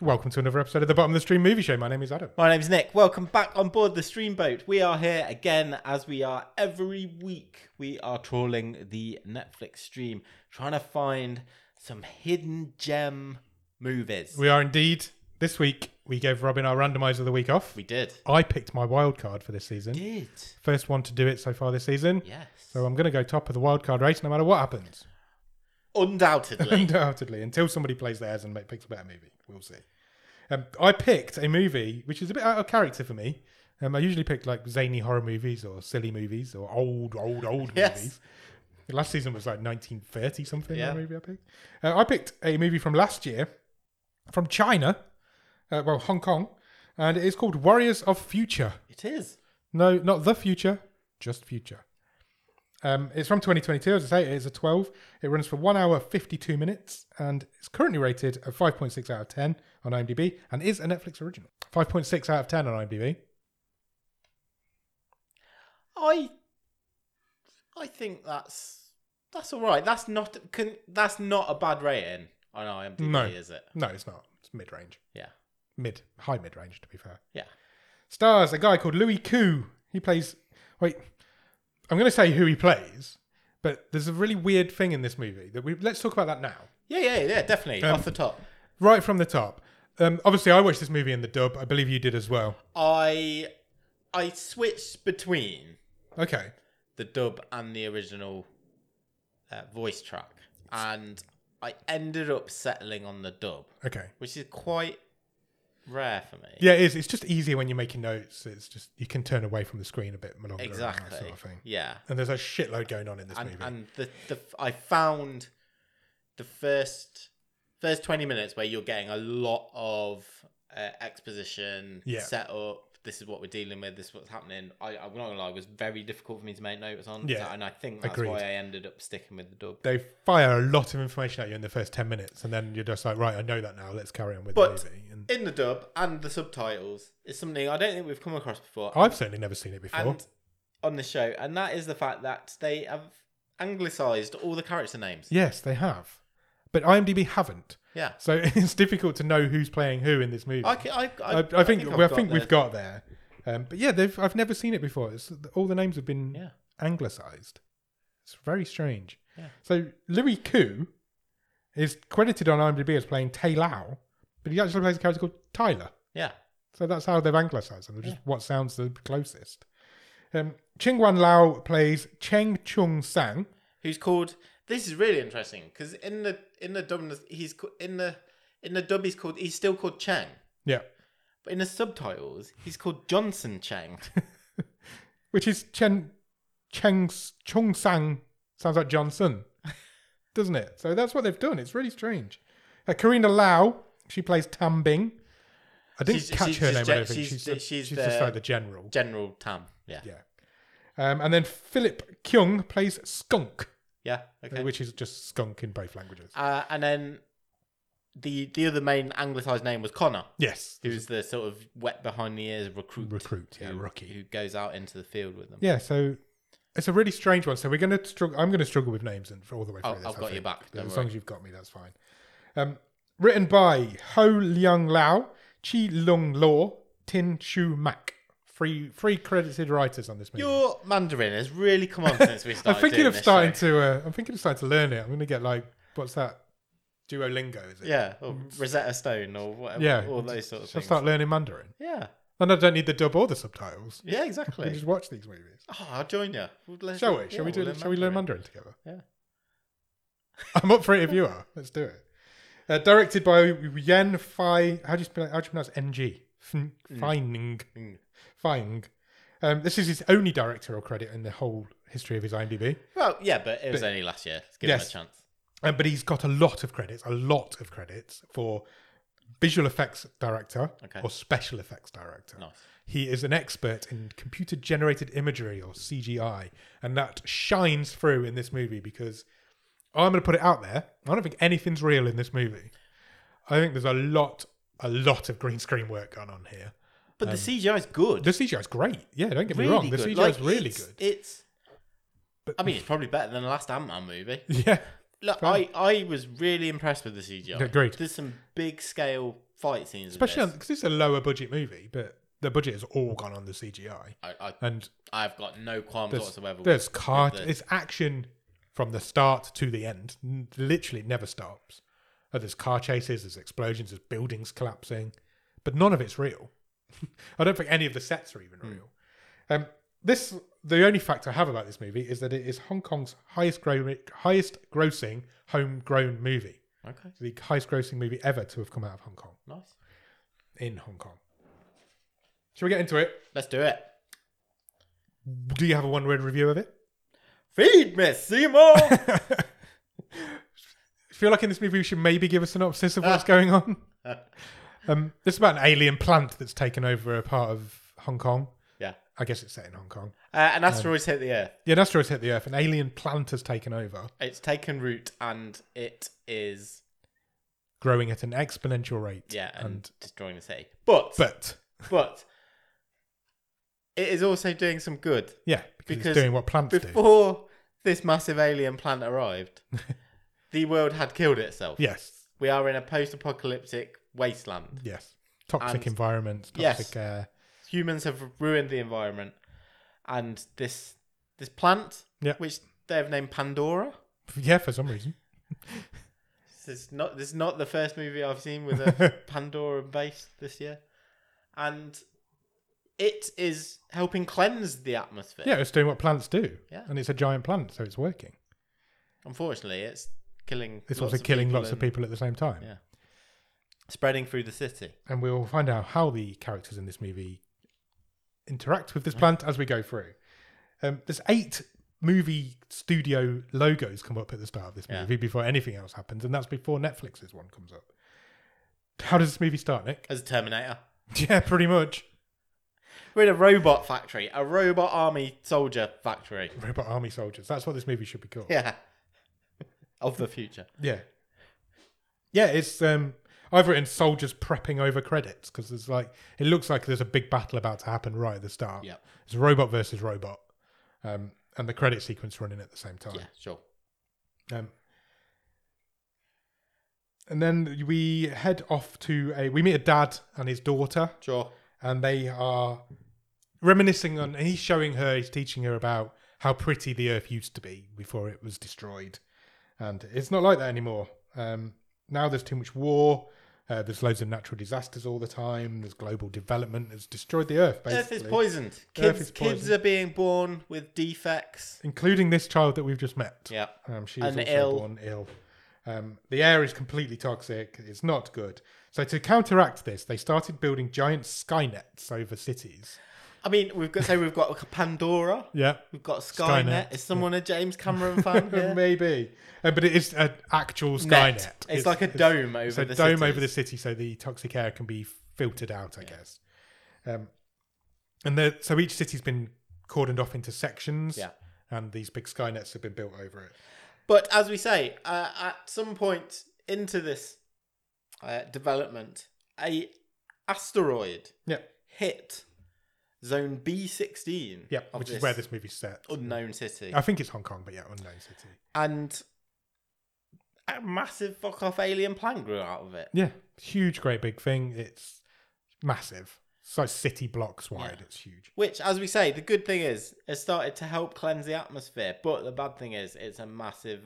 Welcome to another episode of the Bottom of the Stream Movie Show. My name is Adam. My name's Nick. Welcome back on board the stream boat. We are here again as we are every week. We are trawling the Netflix stream, trying to find some hidden gem movies. We are indeed. This week, we gave Robin our randomizer of the week off. We did. I picked my wild card for this season. Did. First one to do it so far this season. Yes. So I'm going to go top of the wild card race no matter what happens. Undoubtedly. Undoubtedly, until somebody plays theirs and ma- picks a better movie. We'll see. Um, I picked a movie which is a bit out of character for me. Um, I usually pick like zany horror movies or silly movies or old, old, old Yes. movies. Last season was like 1930 something. Yeah. The movie I picked. Uh, I picked a movie from last year from China, uh, well Hong Kong, and it is called Warriors of Future. it is. No, not the future, just future. Um, it's from 2022, as I say. It is a 12. It runs for one hour 52 minutes, and it's currently rated a 5.6 out of 10 on IMDb, and is a Netflix original. 5.6 out of 10 on IMDb. I I think that's that's all right. That's not can, that's not a bad rating on IMDb, No. is it? No, it's not. It's mid range, Yeah. mid high mid range, to be fair. Yeah. Stars a guy called Louis Koo. He plays. Wait, I'm going to say who he plays, but there's a really weird thing in this movie that we let's talk about that now. Yeah, yeah, yeah, definitely. Um, Off the top. right from the top. Um, obviously, I watched this movie in the dub. I believe you did as well. I I switched between Okay, the dub and the original uh, voice track, and I ended up settling on the dub, okay. which is quite rare for me. Yeah, it is. It's just easier when you're making notes. It's just you can turn away from the screen a bit longer. and that exactly. sort of thing. Yeah, And there's a shitload going on in this and movie. and the, the I found the first first twenty minutes where you're getting a lot of uh, exposition, Yeah. setup. This is what we're dealing with. This is what's happening. I, I'm not gonna lie, it was very difficult for me to make notes on. Yeah. and I think that's Agreed. why I ended up sticking with the dub. they fire a lot of information at you in the first ten minutes, and then you're just like, right, I know that now. Let's carry on with But- the movie. And in the dub and the subtitles is something I don't think we've come across before. I've certainly never seen it before. and on the show, and that is the fact that they have anglicised all the character names. yes, they have, but IMDb haven't. Yeah, So it's difficult to know who's playing who in this movie. I, ca- I, I, I, I think I've well, I think we've the- got there. Um, but yeah, they've I've never seen it before. It's, all the names have been Yeah. anglicized. It's very strange. Yeah. So Louis Koo is credited on IMDb as playing Tay Lau, but he actually plays a character called Tyler. yeah. So that's how they've anglicized them, just what sounds the closest. Um, Chingwan Lao plays Cheng Chung Sang. Who's called? This is really interesting because in the in the dub he's ca- in the in the dub he's called he's still called Chang, Yeah. but in the subtitles he's called Johnson Chang. Which is Chen Cheng Chung Sang sounds like Johnson, doesn't it? So that's what they've done. It's really strange. Uh, Karina Lau, she plays Tam Bing. I didn't She's- catch she's her just name. I gen- don't think she's she's the- she's, she's just the- like the general. General Tam. Yeah. Yeah. Yeah. Um, and then Philip Kyung plays Skunk, okay. which is just skunk in both languages. Uh, and then the the other main anglicised name was Connor, yes. who's the sort of wet behind the ears recruit. Recruit, yeah, who- rookie. Who goes out into the field with them. Yeah. So it's a really strange one. So we're going to struggle. I'm going to struggle with names and for all the way through Oh, this. I've I got you think. back, don't as worry. long as you've got me, that's fine. Um, written by Ho Liang Lao, Chi Lung Law, Tin Shu Mak. Three three credited writers on this movie. Your Mandarin has really come on since we started. I'm thinking doing of this starting show. to. Uh, I'm thinking of starting to learn it. I'm going to get like what's that? Duolingo is it? Yeah, or Rosetta Stone or whatever. Yeah. all those sort of Should I things. start learning Mandarin? Yeah, Then I don't need the dub or the subtitles. I yeah, can exactly. just watch these movies. Oh, I'll join you. We'll let- Shall we? Shall yeah, we do? we'll shall we learn Mandarin together? Yeah. I'm up for it if you are. Let's do it. Uh, directed by Yen Fai. How do you, spell, how do you pronounce NG? Fin- Fining. Mm. Fing. Um, this is his only directorial credit in the whole history of his IMDb. Well, yeah, but it was only last year. Let's give Yes. him a chance. Um, but he's got a lot of credits, a lot of credits for visual effects director Okay. or special effects director. Nice. He is an expert in computer generated imagery or CGI, and that shines through in this movie because I'm going to put it out there. I don't think anything's real in this movie. I think there's a lot, a lot of green screen work going on here. But the CGI is good. Um, The CGI is great. Yeah, don't get me really wrong. The good. CGI Like, is really it's- good. It's. But- I mean, it's probably better than the last Ant Man movie. Yeah. Look, Fair. I, I was really impressed with the CGI. Agreed. There's some big scale fight scenes. Especially in this. because it's a lower budget movie, but the budget has all gone on the CGI. I, I, And I've got no qualms there's, whatsoever. with- there's car, the- it's action from the start to the end. N- Literally, it never stops. Uh, there's car chases, there's explosions, there's buildings collapsing, but none of it's real. I don't think any of the sets are even Hmm. real. Um, this the only fact I have about this movie is that it is Hong Kong's highest gro- highest grossing homegrown movie, okay, the highest grossing movie ever to have come out of Hong Kong nice. in Hong Kong. Shall we get into it? Let's do it. Do you have a one word review of it? Feed me, Seymour. feel like in this movie we should maybe give a synopsis of what's going on. Um, this is about an alien plant that's taken over a part of Hong Kong. yeah, I guess it's set in Hong Kong. uh, Um, an asteroid's hit the Earth. Yeah, an asteroid's hit the Earth. An alien plant has taken over, It's taken root and it is growing at an exponential rate. yeah and, and destroying the city. But but, but it is also doing some good yeah, because, Because it's doing what plants do. before this massive alien planet arrived. the world had killed itself. Yes, We are in a post-apocalyptic wasteland. yes. Toxic And- environments. Yes. Toxic air. humans have ruined the environment, and this this plant, Yeah. which they've named Pandora. Yeah, for some reason. This is not this is not the first movie I've seen with a Pandora base this year, and it is helping cleanse the atmosphere. Yeah, it's doing what plants do. Yeah. And it's a giant plant, so it's working. Unfortunately, it's killing. It's lots also killing people lots of and people at the same time. Yeah. spreading through the city. and we'll find out how the characters in this movie interact with this plant as we go through. Um, there's eight movie studio logos come up at the start of this Yeah. movie before anything else happens, and that's before Netflix's one comes up. How does this movie start, Nick? As a Terminator, yeah, pretty much. we're in a robot factory, a robot army soldier factory. Robot army soldiers. That's what this movie should be called. Yeah, of the future. Yeah. Yeah, it's um I've written soldiers prepping over credits because there's like it looks like there's a big battle about to happen right at the start. Yep. It's robot versus robot. Um and the credit sequence running at the same time. Yeah, sure. Um and then we head off to a we meet a dad and his daughter Sure. and they are reminiscing on and he's showing her he's teaching her about how pretty the earth used to be before it was destroyed and it's not like that anymore um, now there's too much war uh, there's loads of natural disasters all the time there's global development has destroyed the earth Earth basically is poisoned. Kids, Earth is kids poisoned. are being born with defects. including this child that we've just met Yeah. um, she was And also ill. born ill um, the air is completely toxic it's not good so to counteract this they started building giant skynets over cities I mean, we've got say we've got Pandora, yeah we've got Skynet. Skynet, Is someone a James Cameron fan here? Maybe, Uh, but it is an actual Skynet. Net. It's, like a dome over It's a the dome cities. over the city, so the toxic air can be filtered out. I guess. Um, and the, so each city's been cordoned off into sections. Yeah. And these big Skynets have been built over it. But as we say, uh, at some point into this uh, development, a asteroid Yeah. hit Zone B sixteen. Yeah. Which is where this movie's set. unknown city. I think it's Hong Kong, but yeah, unknown city. and a massive fuck off alien plant grew out of it. Yeah. Huge, great big thing. It's massive. It's like city blocks wide. It's huge. Which, as we say, the good thing is it started to help cleanse the atmosphere, but the bad thing is it's a massive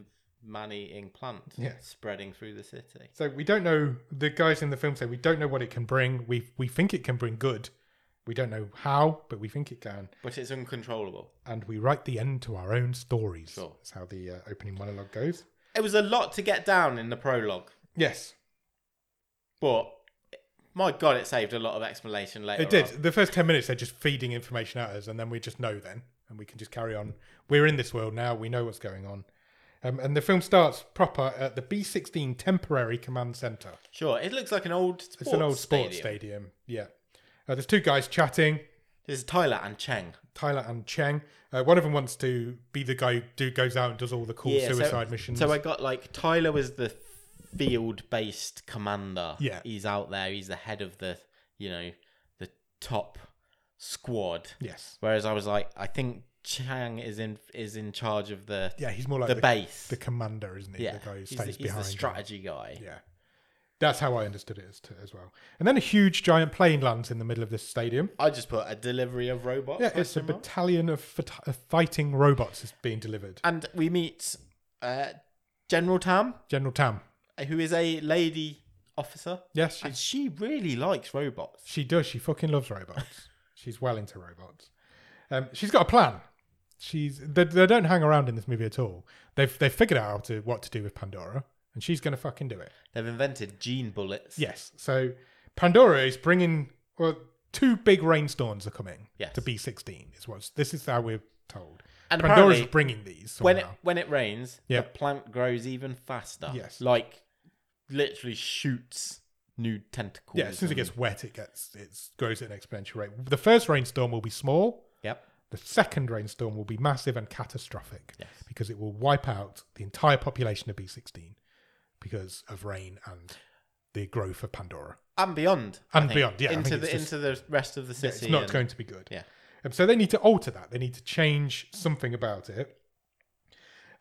man eating plant Yeah. spreading through the city. So we don't know. The guys in the film say we don't know what it can bring. We we think it can bring good. We don't know how, but we think it can. But it's uncontrollable. And we write the end to our own stories. Sure. That's how the uh, opening monologue goes. It was a lot to get down in the prologue, Yes, but my god, it saved a lot of explanation later. it did. on. The first ten minutes they're just feeding information at us, and then we just know then, and we can just carry on. We're in this world now. We know what's going on. Um, and the film starts proper at the B sixteen Temporary Command Center. Sure, it looks like an old sports It's an old sports stadium. stadium. Yeah. Uh, there's two guys chatting. This is Tyler and Cheng. Tyler and Cheng. Uh, one of them wants to be the guy who do, goes out and does all the cool Yeah, so- suicide missions. So I got like Tyler was the field-based commander. Yeah. he's out there. He's the head of the you know the top squad. yes, Whereas I was like, I think Chang is in is in charge of the yeah, he's more like the, the, base. the commander, isn't he? yeah, The guy who he's, stays the, he's the behind. strategy guy. Yeah. That's how I understood it as, to, as well. And then a huge giant plane lands in the middle of this stadium. I just put a delivery of robots. Yeah, it's a question mark. battalion of fat- of fighting robots is being delivered. and we meet uh, General Tam, uh, General Tam. who is a lady officer, Yes, she, and she really likes robots. she does. She fucking loves robots. she's well into robots. Um, she's got a plan. She's they, they don't hang around in this movie at all. They've they've figured out how to, what to do with Pandora, and she's gonna fucking do it. They've invented gene bullets. Yes. So Pandora is bringing well two big rainstorms are coming. Yes. To B sixteen is what's this is how we're told. And Pandora's apparently, bringing these. Somehow. when it when it rains, Yeah. the plant grows even faster. Yes. like literally shoots new tentacles. yeah, as soon as it and- gets wet, it gets it grows at an exponential rate. The first rainstorm will be small. Yep. The second rainstorm will be massive and catastrophic Yes. because it will wipe out the entire population of B16 because of rain and the growth of Pandora. and beyond I And think. beyond, yeah, I into think the it's just- into the rest of the Yeah, city. it's not and- going to be good. Yeah. Um, so they need to alter that. They need to change something about it.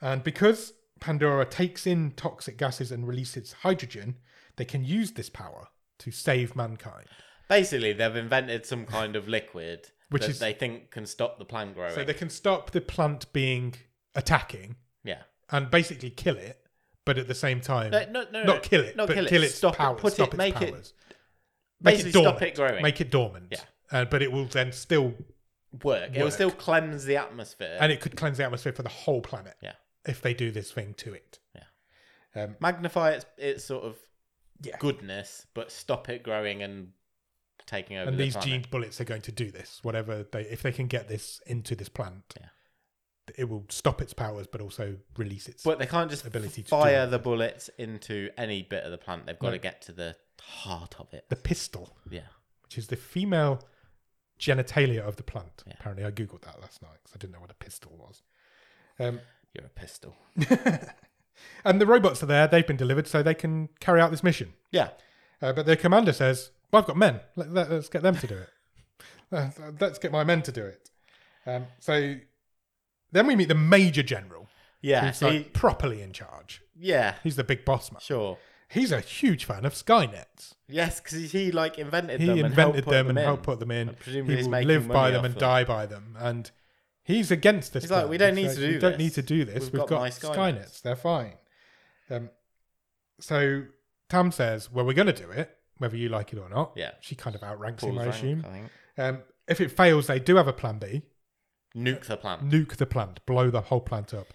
And because Pandora takes in toxic gases and releases hydrogen, they can use this power to save mankind. Basically, they've invented some kind of liquid Which that is- they think can stop the plant growing. So they can stop the plant being attacking yeah, and basically kill it, but at the same time, no, no, no, no, not kill it, not but kill it, kill its stop it, power, put stop it, its make it- powers. Make basically it stop dormant. it growing. Make it dormant. Yeah. Uh, but it will then still, work. It will work. still cleanse the atmosphere. and it could cleanse the atmosphere for the whole planet. Yeah. If they do this thing to it. Yeah. Um, magnify its its sort of Yeah. goodness, but stop it growing and taking over. and the these planet. gene bullets are going to do this. Whatever they, if they can get this into this plant, Yeah. it will stop its powers, but also release its. but they can't just ability to fire do the bullets into any bit of the plant. They've got No. to get to the heart of it. the pistol, Yeah, which is the female genitalia of the plant. Yeah. Apparently, I googled that last night because I didn't know what a pistol was. Um, you're a pistol. and the robots are there; they've been delivered, so they can carry out this mission. Yeah, Uh, but their commander says, well, "I've got men. Let, let, us get them to do it. Let's- let's get my men to do it." Um, so then we meet the major general, yeah, who's like he- properly in charge. yeah. He's the big boss man. Sure. He's a huge fan of Skynet. Yes, because he like invented He them. and helped invented put them and in. helped put them in. And presumably he he's will making live by money them off and them. die by them. And he's against this. He's like, plan. "We don't He's need like, to do We don't this. need to do this. We've We've, got got, my Skynets. Skynets. They're fine. Um, so Tam says, "Well, we're going to do it, whether you like it or not." Yeah. She kind of outranks Paul's him, I rank, assume. I think. Um, if it fails, they do have a plan B: Nuke the plant. nuke the plant, blow the whole plant up,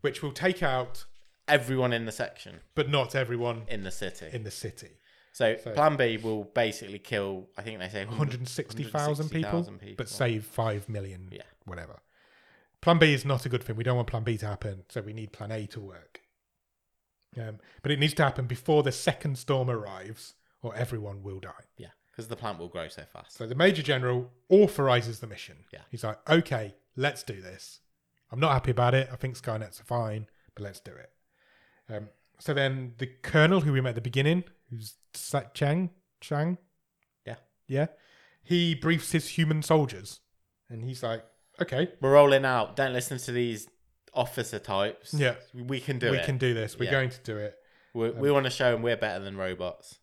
which will take out, Everyone in the section but not everyone in the city. in the city. so, so- Plan B will basically kill. I think they say 100 160,000 people, 160,000 people. but save 5 million, Yeah. whatever. Plan B is not a good thing. We don't want Plan B to happen, so we need Plan A to work. Um, but it needs to happen before the second storm arrives, or everyone will die. Yeah, because the plant will grow so fast. So the Major General authorizes the mission. Yeah. He's like, okay, let's do this. I'm not happy about it. I think Skynet's are fine, but let's do it. Um, so then the Colonel, who we met at the beginning, who's Sa- Chang, Chang, Yeah. yeah, he briefs his human soldiers, and he's like, okay, We're rolling out. Don't listen to these officer types. Yeah. we can do we it. can Um, do this. We're Yeah. going to do it. we we want to show them we're better than robots.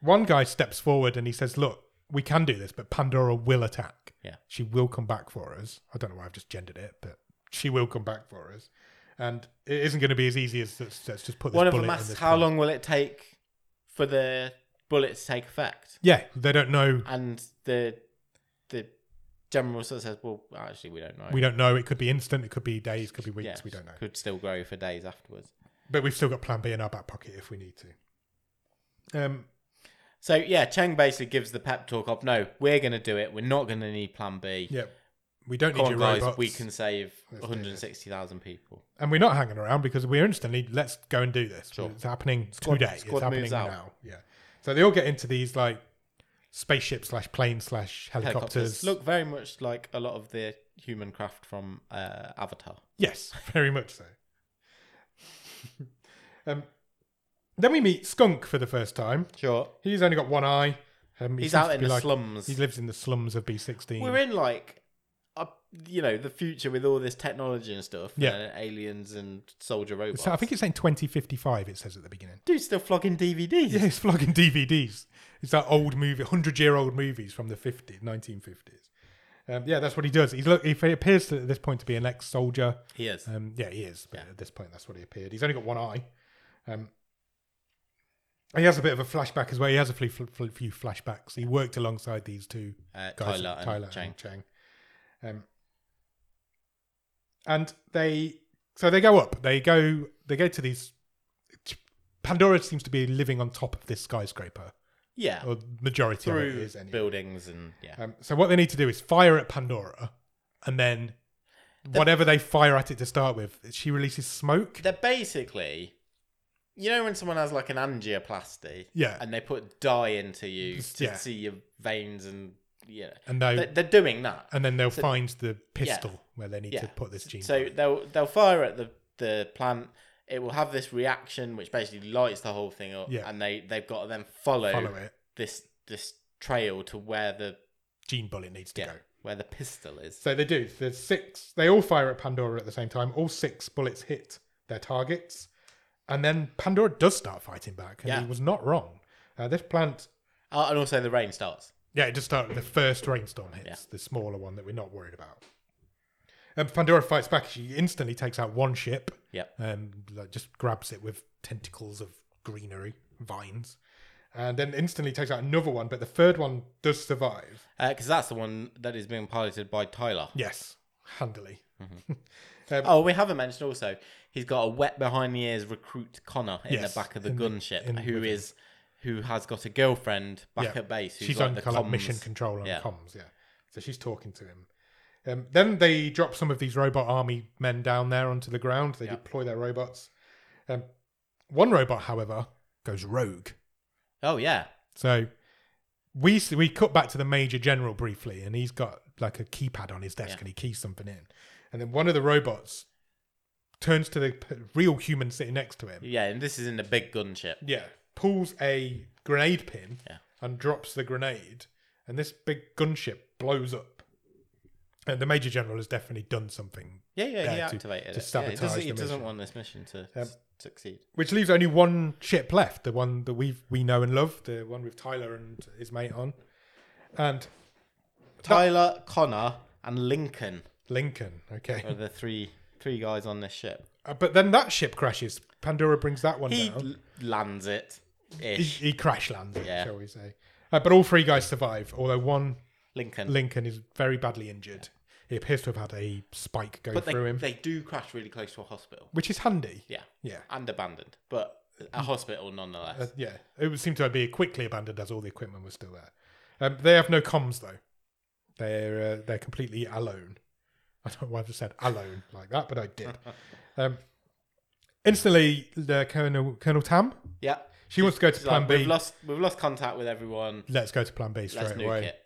One guy steps forward and he says, look, we can do this, but Pandora will attack. Yeah. She will come back for us. I don't know why I've just gendered it, but she will come back for us. And it isn't going to be as easy as let's, let's just put this One of bullet them in asks, this "How plant." long will it take for the bullet to take effect?" Yeah, they don't know. And the the general sort of says, "Well, actually, we don't know. We don't know. It could be instant. It could be days. Could be weeks. Yes, We don't know. Could still grow for days afterwards." But we've still got Plan B in our back pocket if we need to. Um, So yeah, Cheng basically gives the pep talk of, "No, we're going to do it. We're not going to need Plan B. yeah, we don't Come need on, your guys, robots. we can save Let's do one hundred sixty thousand people." and we're not hanging around because we're instantly let's go and do this. Sure. It's happening Squad- today. squad it's happening moves out. now. Yeah. So they all get into these like spaceship slash plane slash helicopters. look very much like a lot of the human craft from uh, Avatar. yes, very much so. um, then we meet Skunk for the first time. Sure. He's only got one eye. Um, he He's seems out to in be the like- slums. He lives in the slums of B16. We're in like up, you know, the future with all this technology and stuff. Yeah. and aliens and soldier robots. So I think it's saying 2055, it says at the beginning. dude's still flogging DVDs. Yeah, it's flogging DVDs. It's that old movie, 100 year old movies from the 50s, 1950s. Um, yeah, that's what he does. He's look, he appears to, at this point to be an ex soldier. He is. Um, yeah, he is. But at this point, that's what he appeared. He's only got one eye. Um, he has a bit of a flashback as well. He has a few, fl- few flashbacks. He worked alongside these two Uh, guys, Tyler and Chang. Chang. Um, and they, so they go up. They go, they go to these. Pandora seems to be living on top of this skyscraper, Yeah, or majority through of oh, it is. Anyway. buildings and yeah. Um, so what they need to do is fire at Pandora, and then whatever they fire at it to start with, she releases smoke. They're basically, you know, when someone has like an angioplasty Yeah, and they put dye into you to Yeah. see your veins and you know, and they, they're, they're doing that. and then they'll so- find the pistol where they need Yeah. to put this gene. So they'll they'll fire at the the plant. It will have this reaction which basically lights the whole thing up, Yeah. and they they've got to then follow, follow it. this this trail to where the Gene bullet needs to yeah, go. where the pistol is. So they do. There's six. They all fire at Pandora at the same time. All six bullets hit their targets, and then Pandora does start fighting back. And Yeah. he was not wrong. Uh, this plant, Oh, and also the rain starts. yeah, it just started. The first rainstorm hits Yeah. the smaller one that we're not worried about. And Pandora fights back. She instantly takes out one ship. Yep. Um, like just grabs it with tentacles of greenery vines, and then instantly takes out another one. But the third one does survive. because Uh, that's the one that is being piloted by Tyler. Yes, handily. Oh, we haven't mentioned also he's got a wet behind the ears recruit Connor in Yes, the back of the in the- gunship, in who with him. is who has got a girlfriend back Yeah. at base. Who's she's like on the kind of like comms. mission control on Yeah. comms, yeah. So she's talking to him. Um, then they drop some of these robot army men down there onto the ground. They Yeah. deploy their robots. Um, one robot, however, goes rogue. Oh yeah, So we s- we cut back to the major general briefly, and he's got like a keypad on his desk, Yeah. and he keys something in. And then one of the robots turns to the p- real human sitting next to him. yeah, and this is in the big gunship. Yeah. Pulls a grenade pin Yeah. and drops the grenade, and this big gunship blows up. And the major general has definitely done something, Yeah, yeah, he Yeah, to- activated to it. Yeah, he sabotage doesn't, the he doesn't mission. want this mission to Um, s- succeed. which leaves only one ship left, the one that we we know and love, the one with Tyler and his mate on, and Tyler, Connor, and Lincoln Lincoln. Okay, are the three three guys on this ship. Uh, but then that ship crashes. Pandora brings that one He down. l- lands it. He, Ish. he crash lands, it, Yeah. shall we say? Uh, but all three guys survive, although one Lincoln. Lincoln is very badly injured. He appears to have had a spike go but through they, him, they do crash really close to a hospital. which is handy. Yeah. Yeah. And abandoned. But a hospital nonetheless. Uh, yeah, it would seem to be quickly abandoned as all the equipment was still there. Um, they have no comms though; they're uh, they're completely alone. I don't know why I've just said alone like that, but I did. Um, instantly, the Colonel Colonel Tam yeah. she wants to go to It's Plan like, B. We've lost we've lost contact with everyone. Let's go to Plan B straight Let's nuke away. it.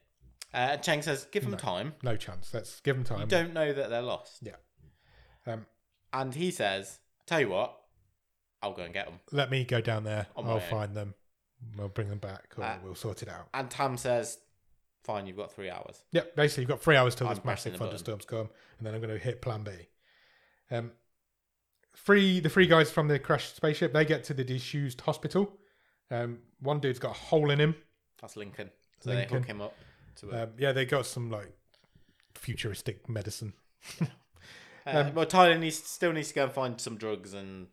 Uh, and Chang says, give them time. No chance. Let's give them You time. don't know that they're lost. Yeah. Um, And he says, tell you what, I'll go and get them. let me go down there. On my I'll own. find them. We'll bring them back, or Uh, we'll sort it out. And Tam says, fine, you've got three hours. Yep, basically you've got three hours till I'm this massive pressing the button. thunderstorms come, and then I'm going to hit Plan B. Um, three the three guys from the crashed spaceship they get to the disused hospital. Um, one dude's got a hole in him. That's Lincoln. So they Lincoln. hook him up to it. Um, yeah, they got some like futuristic medicine. Uh, um, well, Tyler needs, still needs to go and find some drugs and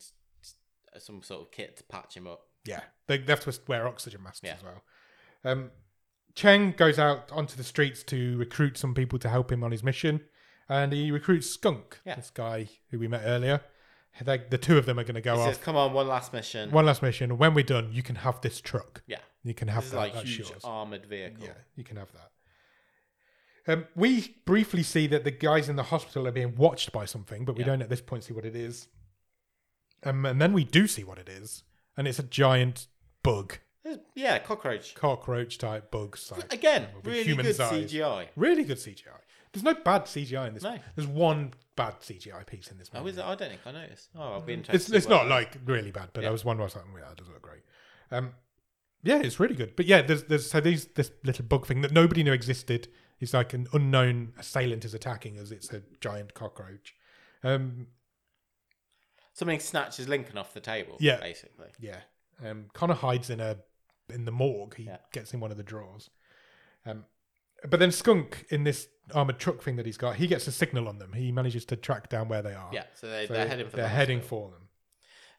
some sort of kit to patch him up. Yeah, they, they have to wear oxygen masks Yeah. as well. Um, Cheng goes out onto the streets to recruit some people to help him on his mission, and he recruits Skunk, Yeah. this guy who we met earlier. They, the two of them are going to go He off. says, come on, one last mission. One last mission. When we're done, you can have this truck. Yeah. You can have This is that. like That's huge yours. armored vehicle. Yeah, you can have that. Um, we briefly see that the guys in the hospital are being watched by something, but we Yeah. don't at this point see what it is. Um, and then we do see what it is, and it's a giant bug, There's- Yeah, cockroach. cockroach type bug. Size. Again, With really human good size. CGI. Really good CGI. There's no bad CGI in this. No. There's one bad CGI piece in this movie. Oh, is it? I don't think I noticed. Oh, I'll be interested. Mm. it's to see it's what- not like really bad, but Yeah. I was one where I was like, yeah, that doesn't look great. Um, yeah, it's really good. But yeah, there's there's so these this little bug thing that nobody knew existed. It's like an unknown assailant is attacking us. It's a giant cockroach. Um, Something snatches Lincoln off the table. Yeah. basically. yeah. Um, Connor hides in a in the morgue. He Yeah. gets in one of the drawers. Um, but then Skunk in this armored truck thing that he's got, he gets a signal on them. He manages to track down where they are. Yeah, so, they, So they're heading for. the they're heading hospital. for them.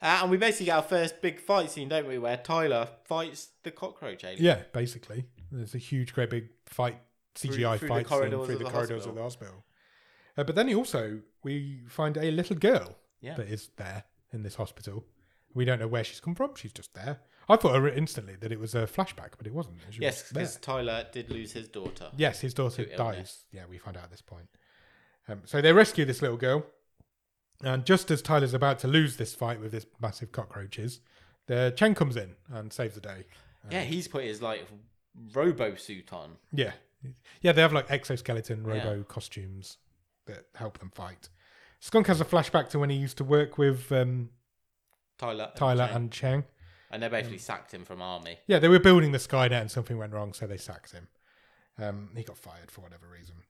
Uh, and we basically get our first big fight scene, don't we? Where Tyler fights the cockroach alien. Yeah, basically, there's a huge, great big fight CGI through the fight scene corridors through of the the corridors of the hospital. Uh, but then he also we find a little girl Yeah. that is there in this hospital. We don't know where she's come from. She's just there. I thought her instantly that it was a flashback, but it wasn't. She was Yes, there. because Tyler did lose his daughter. Yes, his daughter To illness. dies. Yeah, we find out at this point. Um, so they rescue this little girl, and just as Tyler's about to lose this fight with this massive cockroaches, the Chen comes in and saves the day. Yeah, he's put his like robo suit on. Yeah. Yeah, they have like exoskeleton robo costumes that help them fight. Skunk has a flashback to when he used to work with um, Tyler. and Tyler Jane. and Mm. Chang. and they basically sacked him from army. Yeah, they were building the Skynet and something went wrong, so they sacked him. Um, he got fired for whatever reason.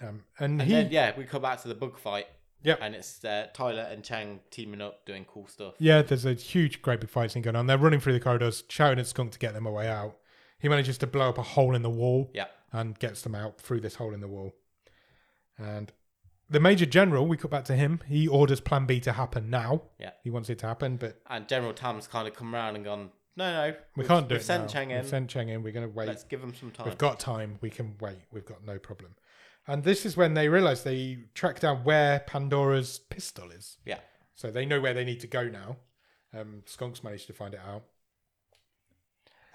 Um, and, And he, then yeah, we come back to the bug fight. Yep. And it's uh, Tyler and Chang teaming up, doing cool stuff. Yeah, there's a huge, great big fight scene going on. They're running through the corridors, shouting at Skunk to get them away out. He manages to blow up a hole in the wall Yeah. and gets them out through this hole in the wall. And the Major General, we cut back to him. He orders Plan B to happen now. Yeah. He wants it to happen, but And General Tam's kind of come around and gone, no, no, we we've- can't do we've it. Sent now. Chang in. We've sent Cheng in. We're going to wait. Let's give him some time. We've got time. We can wait. We've got no problem. And this is when they realize they track down where Pandora's pistol is. yeah. So they know where they need to go now. Um, Skunk's managed to find it out.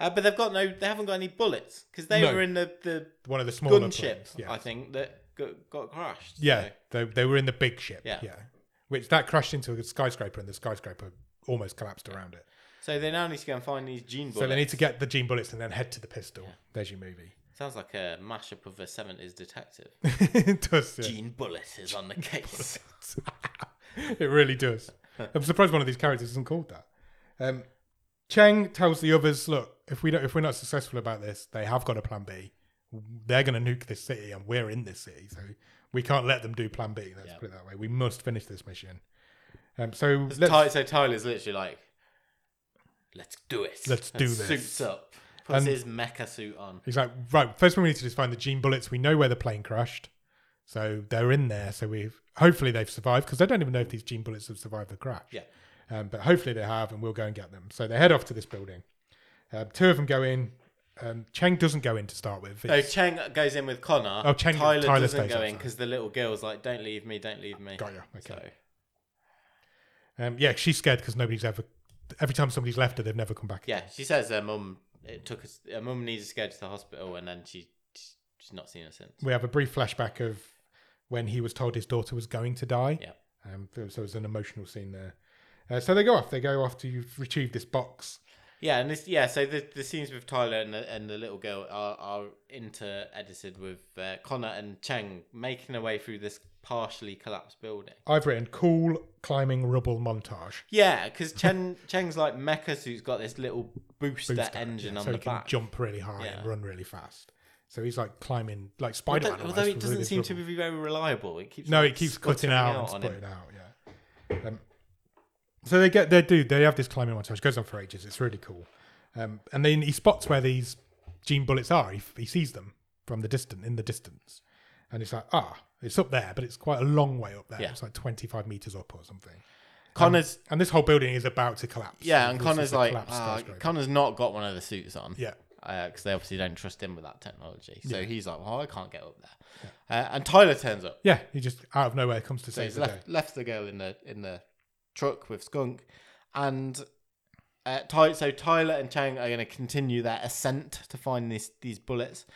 Uh, but they've got no, they haven't got any bullets because they No. were in the the One of the smaller gunship, planes, Yeah. I think, that got, got crashed. Yeah, they, so- they were in the big ship. Yeah. Which that crashed into a skyscraper and the skyscraper almost collapsed around it. So they now need to go and find these gene bullets. So they need to get the gene bullets and then head to the pistol. There's your movie. Sounds like a mashup of a 70s detective. it does. yeah. Gene Bullet is on the case. it really does. I'm surprised one of these characters isn't called that. Um, Cheng tells the others, "Look, if we don't, if we're not successful about this, they have got a plan B. They're going to nuke this city, and we're in this city, so we can't let them do plan B. Let's Yeah. put it that way. We must finish this mission." Um, so It's let's- Ty- so Tyler's literally like, let's do it. Let's And do this. Suits up. Puts And- his mecha suit on. He's like, right, first thing we need to do is find the gene bullets. We know where the plane crashed. So they're in there. So we've hopefully they've survived because I don't even know if these gene bullets have survived the crash. Yeah. Um, but hopefully they have, and we'll go and get them. So they head off to this building. Um, two of them go in. Um, Cheng doesn't go in to start with. No, It's- Cheng goes in with Connor. Oh, Cheng- Tyler, Tyler doesn't stays go in outside. because the little girl's like, don't leave me, don't leave me. Got ya, okay. So, um, yeah, she's scared because nobody's ever. Every time somebody's left her, they've never come back. yeah, she says her mum, it took us, her mum needs to go to the hospital and then she, she's not seen her since. We have a brief flashback of when he was told his daughter was going to die. Yeah. Um, so it was an emotional scene there. Uh, so they go off. They go off to retrieve this box. Yeah, and this yeah, so the, the scenes with Tyler and the, and the little girl are, are inter-edited with uh, Connor and Chang making their way through this partially collapsed building. I've written cool climbing rubble montage. Yeah, because Chen Cheng's like mecha suit's got this little booster, Booster, engine yeah, on so the he can back. jump really high and Yeah. run really fast. So he's like climbing like Spider although, Man. although it doesn't seem to be very reliable, it keeps No, like, it keeps sputtering cutting out, and on spitting him. out. Yeah. Um, so they get they do they have this climbing montage It goes on for ages. It's really cool. Um, and then he spots where these gene bullets are. He, he sees them from the distance in the distance, and it's like ah, it's up there, but it's quite a long way up there. Yeah. It's like twenty five meters up or something. Connor's And this whole building is about to collapse. yeah, This and is Connor's a like collapsed "Ah, skyscraper. Connor's not got one of the suits on. yeah. because they obviously don't trust him with that technology. So he's like, well, I can't get up there. Uh, and Tyler turns up. Yeah, he just out of nowhere comes to So save he's the day. left left the girl in the in the truck with Skunk, and uh, Ty, so Tyler and Chang are going to continue their ascent to find these these bullets,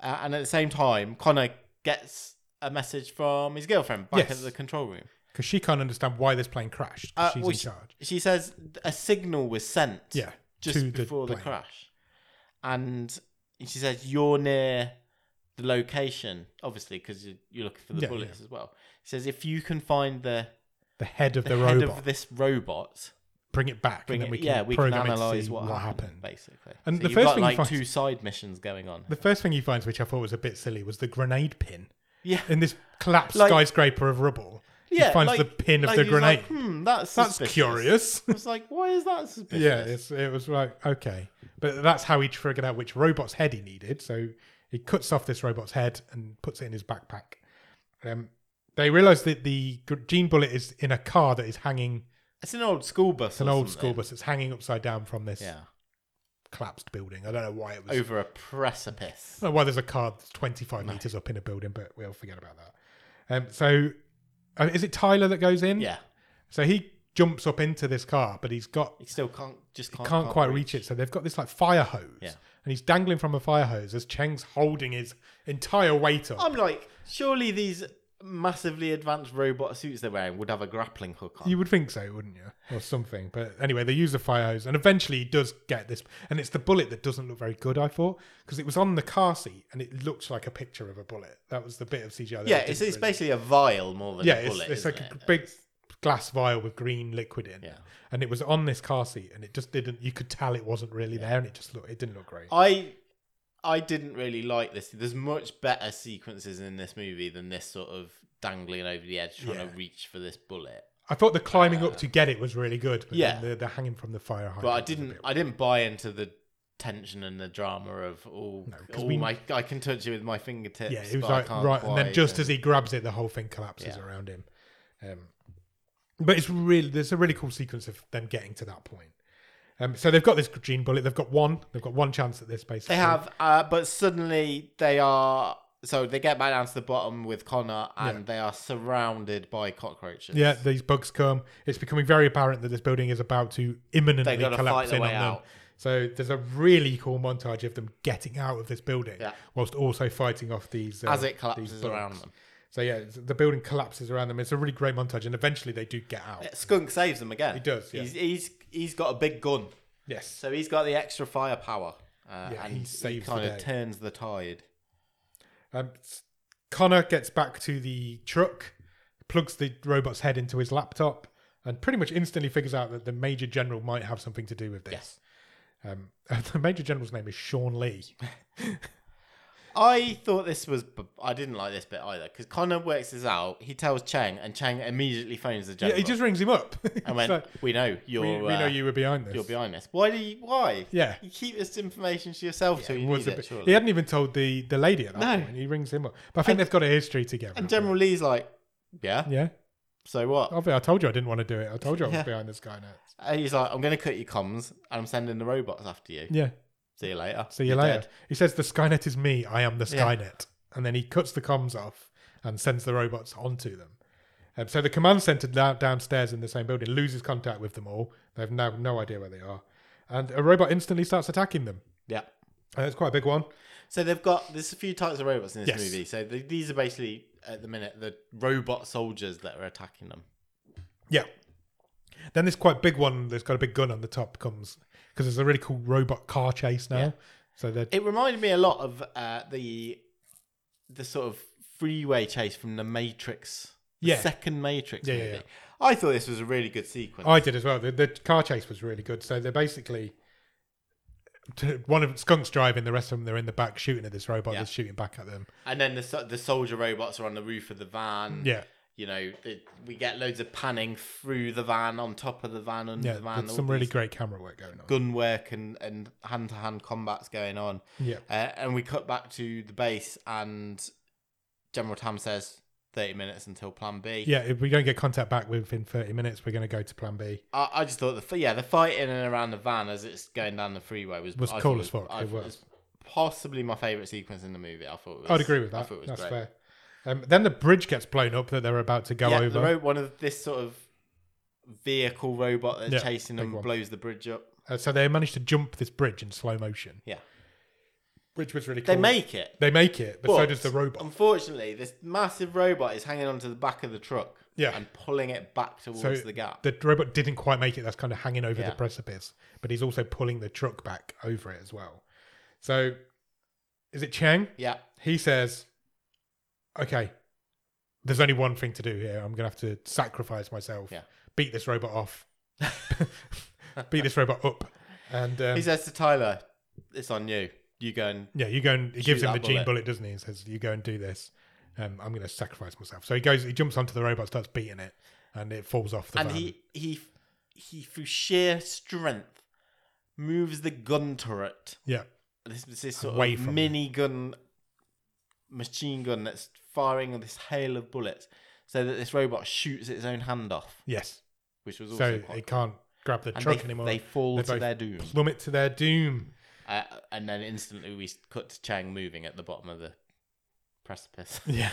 uh, and at the same time, Connor gets a message from his girlfriend back Yes. at the control room. Because she can't understand why this plane crashed. 'cause Uh, she's well, in she- charge. She says a signal was sent. Yeah. to just before the, plane. crash, and she says you're near the location, obviously because you're, you're looking for the Yeah, bullets as well. She says if you can find the The head of the, head robot. of this robot, bring it back, and Bring then it, we can yeah, we can program it to analyze see what, what, happened, happened. basically. And so the you've first got thing you like find- two side missions going on. The first thing he finds, which I thought was a bit silly, was the grenade pin yeah, in this collapsed Like- skyscraper of rubble. yeah. he finds like- the pin of like the he was like, grenade. hmm, that's That's suspicious." curious. I was like, why is that suspicious? yeah, it's, it was like okay, but that's how he figured out which robot's head he needed. So he cuts off this robot's head and puts it in his backpack. Um, they realize that the g- gene bullet is in a car that is hanging. It's an old school bus. It's an or old school something. bus. It's hanging upside down from this Yeah, Oh. collapsed building. I don't know why it was. over a precipice. I don't know why there's a car that's 25 meters up in a building, but we'll forget about that. Um, so uh, is it Tyler that goes in? Yeah, So he jumps up into this car, but he's got you still can't just can't, can't, quite reach. it. So they've got this like fire hose, Yeah. and he's dangling from a fire hose as Cheng's holding his entire weight up. I'm like, surely these massively advanced robot suits they're wearing would have a grappling hook on. you would think so, wouldn't you, or something? But anyway, they use the fire hose, and eventually he does get this. And it's the bullet that doesn't look very good, I thought, because it was on the car seat, and it looked like a picture of a bullet. That was the bit of CGI. That I yeah, didn't it's, it's really- basically a vial more than yeah, a it's, bullet. it's like isn't a it? big glass vial with green liquid in, Yeah. and it was on this car seat, and it just didn't. You could tell it wasn't really there, and it just looked. It didn't look great. I I didn't really like this. There's much better sequences in this movie than this sort of dangling over the edge trying Yeah. to reach for this bullet. I thought the climbing up to get it was really good. But Uh, yeah. then the, the hanging from the fire hydrant. But I was a didn't bit- I didn't buy into the tension and the drama of oh, 'cause oh we- my I can touch it with my fingertips. yeah, it was but I like can't right, and then quite, um, just as he grabs it, the whole thing collapses Yeah. around him. Um, but it's really there's a really cool sequence of them getting to that point. Um, so they've got this gene bullet. They've got one. They've got one chance at this. Basically, They have, uh, but suddenly they are. So they get back down to the bottom with Connor, and they are surrounded by cockroaches. Yeah, these bugs come. It's becoming very apparent that this building is about to imminently They gotta fight collapse their in on way them. out. So there's a really cool montage of them getting out of this building, Yeah. whilst also fighting off these uh, as it these collapses bugs. around them. So yeah, it's- the building collapses around them. It's a really great montage, and eventually they do get out. Skunk saves them again. He does, yeah. He's he's he's got a big gun, Yes. so he's got the extra firepower. Uh, Yeah, and he saves the kind of day. turns the tide. Um, s- Connor gets back to the truck, plugs the robot's head into his laptop, and pretty much instantly figures out that the major general might have something to do with this. Um, the major general's name is Sean Lee. I thought this was. b- I didn't like this bit either because Connor works this out. He tells Chang, and Chang immediately phones the Yeah, general he just rings him up. and went, So, "We know you're. we, we know uh, you were behind this. You're behind this. Why do you? Why? Yeah. You keep this information to yourself till you It was need a it. bit- surely. he hadn't even told the, the lady at that No. point. He rings him up. But I think they've got a history together. And General Lee's like, yeah. yeah. So what? Obvi- I told you I didn't want to do it. I told you I was Yeah. behind this guy now. And he's like, I'm going to cut your comms, and I'm sending the robots after you. Yeah. See you later. See you You're later. dead. He says the Skynet is me. I am the Yeah. Skynet, and then he cuts the comms off and sends the robots onto them. Um, so the command center down, downstairs in the same building loses contact with them all. They have now no idea where they are, and a robot instantly starts attacking them. Yeah. And it's quite a big one. So they've got there's a few types of robots in this Yes. movie. So the, these are basically at the minute the robot soldiers that are attacking them. Yeah. Then this quite big one that's got a big gun on the top comes because there's a really cool robot car chase now. Yeah. So they're It reminded me a lot of uh, the the sort of freeway chase from the Matrix. The Yeah. Second Matrix Yeah, yeah, movie. yeah. I thought this was a really good sequence. I did as well. The, the car chase was really good. So they're basically t- one of skunks driving, the rest of them they're in the back shooting at this robot Yeah. that's shooting back at them. And then the so- the soldier robots are on the roof of the van. Yeah, You know, the, we get loads of panning through the van, on top of the van, under yeah. the van. there's all some really these great camera work going on. gun work and and hand to hand combats going on. Yeah, Uh, and we cut back to the base, and General Tam says thirty minutes until Plan B. yeah. If we don't get contact back within 30 minutes, we're going to go to Plan B. I, I just thought the f- yeah the fight in and around the van as it's going down the freeway was Was I cool thought as fuck, I it thought was. possibly my favorite sequence in the movie. I thought it was, I'd agree with I that. thought it That's was great. fair. Um, then the bridge gets blown up that they're about to go yeah, over, The ro- one of this sort of vehicle robot that's Yeah, chasing big them one. blows the bridge up. Uh, so they manage to jump this bridge in slow motion. Yeah. which was really cool. They make it. they make it, but, so but does the robot. Unfortunately, this massive robot is hanging onto the back of the truck Yeah. and pulling it back towards So the gap. The robot didn't quite make it. That's kind of hanging over Yeah. the precipice, but he's also pulling the truck back over it as well. So, is it Chang? yeah. He says, "Okay, there's only one thing to do here. I'm gonna have to sacrifice myself, Yeah. beat this robot off, beat this robot up. And um, He says to Tyler, "It's on you. You go and yeah, you go and he gives Shoot him the that gene bullet. bullet, doesn't he? And says, "You go and do this. Um, I'm going to sacrifice myself." So he goes, he jumps onto the robot, starts beating it, and it falls off the and van. he he he through sheer strength moves the gun turret. yeah, This this is sort Away of from mini gun machine gun that's firing this hail of bullets, so that this robot shoots its own hand off, yes. which was So also quite it can't grab the and truck they, anymore. they fall They to both- their doom. plummet to their doom. Uh, and then instantly we cut to Chang moving at the bottom of the precipice. Yeah.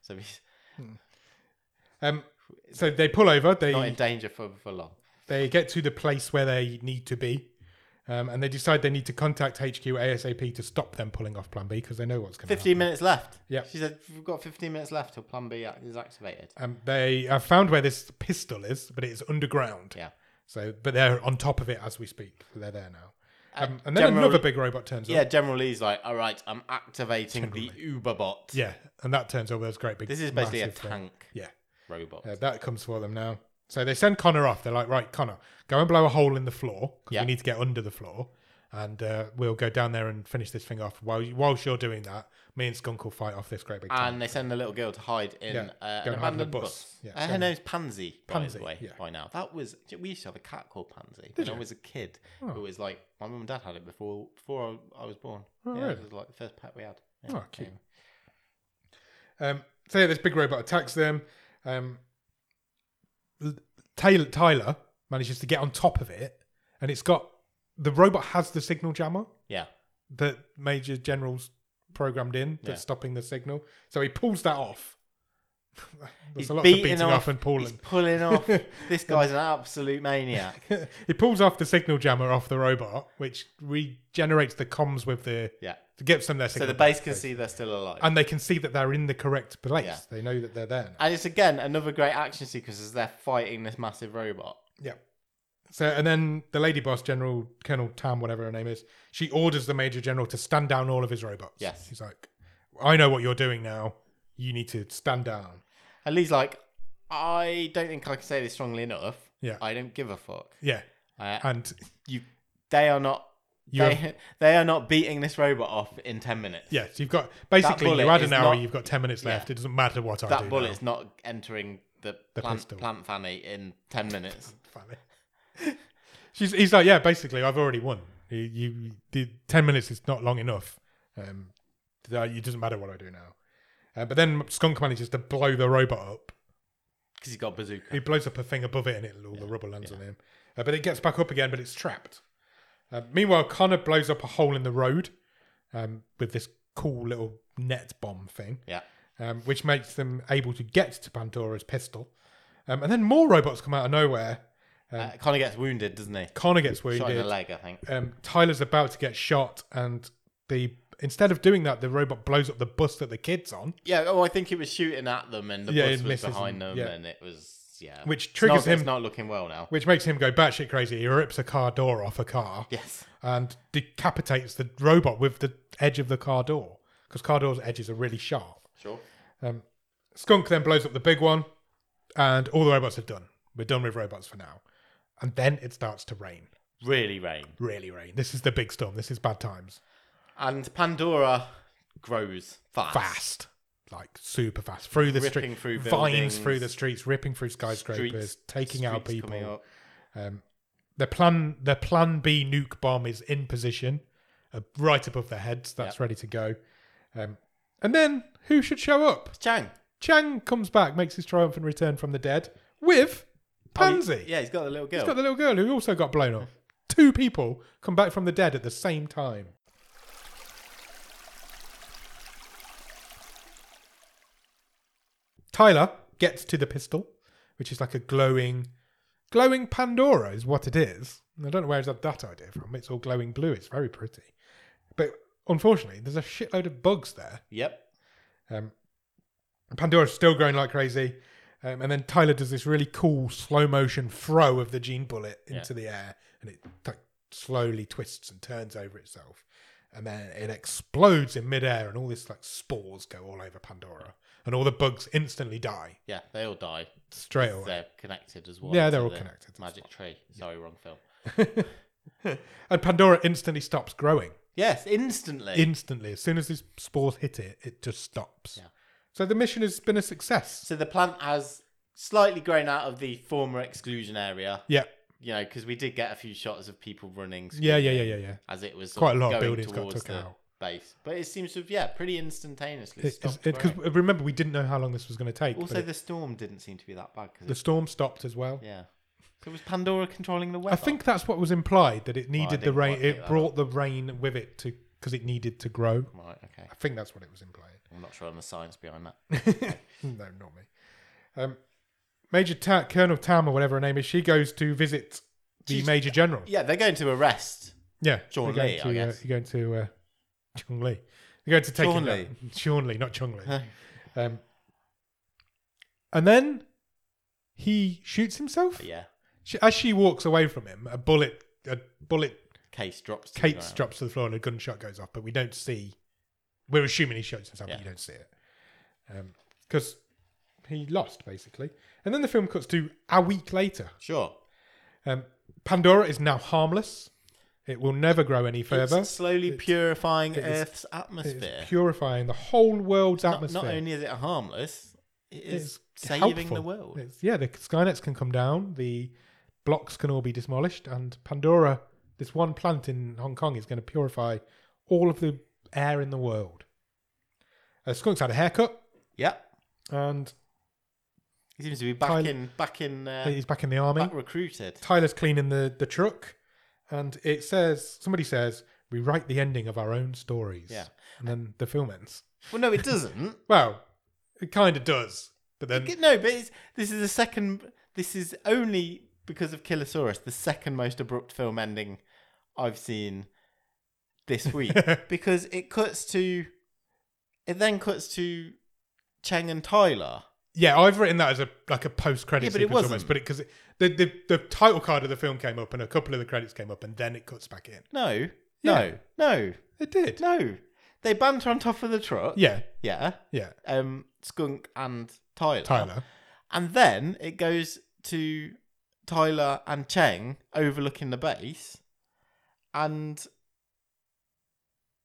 so he's Um. So they pull over. They not in danger for, for long. they get to the place where they need to be, um, and they decide they need to contact HQ ASAP to stop them pulling off Plan B because they know what's going to happen. 15 minutes left. Yeah. She said, We've got 15 minutes left till Plan B act- is activated. Um, they have found where this pistol is, but it is underground. Yeah. So, but they're on top of it as we speak. So they're there now. Um, and then Uh, General- another big robot turns Yeah, up. General Lee's like, All right, I'm activating the Uber bot. Yeah, and that turns over. There's a great big. This is basically a massive thing. tank Yeah, robot. Uh, that comes for them now. So they send Connor off. They're like, right, Connor, go and blow a hole in the floor because Yeah. we need to get under the floor, and uh, we'll go down there and finish this thing off. While whilst you're doing that, me and Skunk will fight off this great big tank. and they send the little girl to hide in Yeah, uh, go and an hide in a abandoned bus. bus. Yeah, Uh, go her and- name's Pansy, Pansy Pansy, by the way, yeah. by now. That was, we used to have a cat called Pansy when I was a kid. It was like, my mum and dad had it before before I, I was born. Oh, yeah, really? It was like the first pet we had. Yeah, Oh, cute. yeah. Um, so yeah, this big robot attacks them. Um, L- Taylor, Tyler manages to get on top of it, and it's got the robot has the signal jammer Yeah. that Major General's programmed in that's Yeah. stopping the signal. So he pulls that off. There's He's a lot of beating beating off, off- and He's pulling. pulling off. this guy's an absolute maniac. he pulls off the signal jammer off the robot, which regenerates the comms with the Yeah. to get some of their So signal. the back. base can see they're still alive. and they can see that they're in the correct place. Yeah. They know that they're there. Now. And it's again another great action sequence as they're fighting this massive robot. Yeah. So and then the lady boss, General Colonel Tam, whatever her name is, she orders the Major General to stand down all of his robots. Yes. She's like, I know what you're doing now. You need to stand down. And Lee's like, I don't think I can say this strongly enough. Yeah. I don't give a fuck. Yeah. Uh, And you, they are not. You they, they are not beating this robot off in ten minutes. yes, you've got basically bullet you had is an hour, not- you've got ten minutes left. Yeah. It doesn't matter what I do. that now. bullet's not entering the, The plant, pistol. plant fanny in ten minutes. Funny. She's he's like, Yeah, basically I've already won. You, you the ten minutes is not long enough. Um that- it doesn't matter what I do now. Uh, but then Skunk manages to blow the robot up Because he's got a bazooka. He blows up a thing above it, and it, all the rubber lands on him. Uh, but it gets back up again, but it's trapped. Uh, meanwhile, Connor blows up a hole in the road um, with this cool little net bomb thing, Yeah. um, which makes them able to get to Pandora's pistol. Um, and then more robots come out of nowhere. Um, Uh, Connor gets wounded, doesn't he? Connor gets Shot in the wounded. leg, I think. Um, Tyler's about to get shot, and the instead of doing that, the robot blows up the bus that the kid's on, Yeah, oh, I think it was shooting at them, and the Yeah, it bus was misses behind them, them, yeah. and it was yeah, Which It's triggers not- him- It's not looking well now. which makes him go batshit crazy. He rips a car door off a car. Yes, and decapitates the robot with the edge of the car door because car door's edges are really sharp. sure. Skunk then blows up the big one, and all the robots are done. We're done with robots for now. And then it starts to rain. Really rain, Really rain. This is the big storm. This is bad times. and Pandora grows fast. Fast. Like super fast. Through the Ripping street. through vines through buildings. the streets, ripping through skyscrapers, Streets- taking out streets coming people. up. The plan the plan B nuke bomb is in position, uh, right above their heads. That's ready to go. Um, and then who should show up? Chang Chang comes back, makes his triumphant return from the dead with Oh, Pansy. Yeah, he's got the little girl. He's got the little girl who also got blown up. Two people come back from the dead at the same time. Tyler gets to the pistol, which is like a glowing, glowing Pandora is what it is. I don't know where he's had that idea from. It's all glowing blue. It's very pretty, but unfortunately, there's a shitload of bugs there. Yep. Um, Pandora's still going like crazy. Um, and then Tyler does this really cool slow motion throw of the gene bullet into the air and it like, slowly twists and turns over itself. and then it explodes in midair, and all this like spores go all over Pandora, and all the bugs instantly die Yeah, they all die. straight away. They're connected as well. Yeah, to they're all the connected, that's Magic tree. Sorry, wrong film. And Pandora instantly stops growing. Yes, instantly. Instantly, as soon as these spores hit it, it just stops. Yeah. So the mission has been a success. so the plant has slightly grown out of the former exclusion area. Yeah, You know, because we did get a few shots of people running. yeah, yeah, yeah, yeah, yeah. As it was Quite sort a lot of going buildings got towards took the out. base, but it seems to have yeah, pretty instantaneously. stopped Because growing. remember, we didn't know how long this was going to take. but also, it- the storm didn't seem to be that bad. the Cause storm stopped as well. it, yeah. So was Pandora controlling the weather? I think that's what was implied that it needed the didn't rain. quite pick It that brought the rain with it to because it needed to grow. Right. Okay. I think that's what it was implying. I'm not sure on the science behind that. no, not me. Um, Major Ta- Colonel Tam or whatever her name is, she goes to visit the She's- Major General. yeah, they're going to arrest. Yeah, they're Chun Li, going I to, uh, guess. You're going to uh, Chung Lee. You're going to take Chun him Li. down. Chun Lee, not Chung Lee. No. um, and then he shoots himself. But yeah, She, as she walks away from him, a bullet, a bullet case drops. to the Kate ground. drops to the floor and a gunshot goes off, but we don't see. We're assuming he shoots himself, Yeah. but you don't see it because he lost basically. And then the film cuts to a week later. Sure. Um, Pandora is now harmless; it will never grow any further. It's slowly purifying it is- Earth's It's atmosphere. purifying the whole world's Not- atmosphere. Not, only is it harmless, it It is saving the helpful. world. It's- yeah, the skynets can come down, the blocks can all be demolished, and Pandora, this one plant in Hong Kong, is going to purify all of the air in the world. Uh, Skunk's had a haircut, Yep. and He seems to be back Tyler- in back in uh, he's back in the army. back recruited. Tyler's cleaning the, the truck, and it says somebody says we write the ending of our own stories. Yeah. and then the film ends. Well, no, it doesn't. Well, it kind of does, but then no, but it's, this is the second. This is only because of Killosaurus, the second most abrupt film ending I've seen this week. because it cuts to, it then cuts to Chang and Tyler. Yeah, I've written that as a like a post credit Yeah, but it sequence almost, wasn't. but because the, the the title card of the film came up and a couple of the credits came up and then it cuts back in. No, Yeah. no, no, It did. no. They banter on top of the truck. Yeah, Yeah. yeah. Um, Skunk and Tyler. Tyler. And then it goes to Tyler and Cheng overlooking the base. And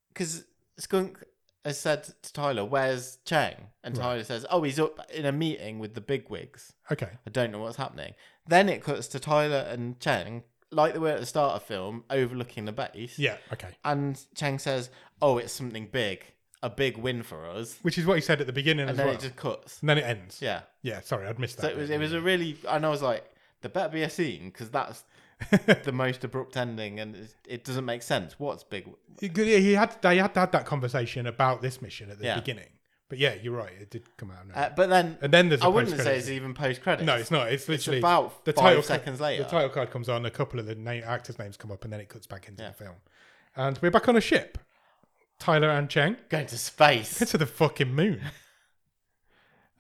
because Skunk has said to Tyler, Where's Cheng? And Right. Tyler says, Oh, he's up in a meeting with the bigwigs. Okay. I don't know what's happening. Then it cuts to Tyler and Cheng, like they were at the start of film, overlooking the base. Yeah. Okay. And Cheng says, Oh, it's something big. A big win for us. Which is what he said at the beginning as And then well. it just cuts. And then it ends. Yeah. Yeah. Sorry, I'd missed that. So it was it was a really and I was like, there better be a scene because that's the most abrupt ending and it's- it doesn't make sense. What's big? He could- he had they had to have that conversation about this mission at the Yeah. beginning. But yeah, you're right. It did come out. Of nowhere. Uh, but then and then there's a I wouldn't post-credit say it's scene. even post credits. No, it's not. It's literally about the five title seconds later. The title card comes on. A couple of the name, actors' names come up, and then it cuts back into Yeah. the film. And we're back on a ship. Tyler and Cheng going to space. to the fucking moon.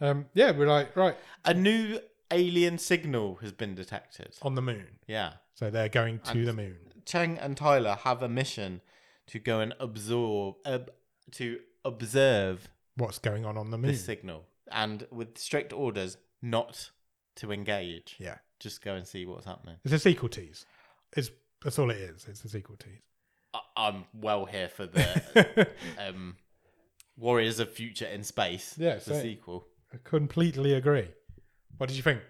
um, yeah, we're like right a new alien signal has been detected. on the moon. Yeah, So they're going to the moon. Cheng and Tyler have a mission to go and absorb ob- to observe What's going on on the moon? this signal and with strict orders not to engage. yeah, Just go and see what's happening. it's a sequel tease. It's that's all it is. It's a sequel tease. I- I'm well here for the um, Warriors of Future in Space. Yeah, the same. sequel. I completely agree. What did you think?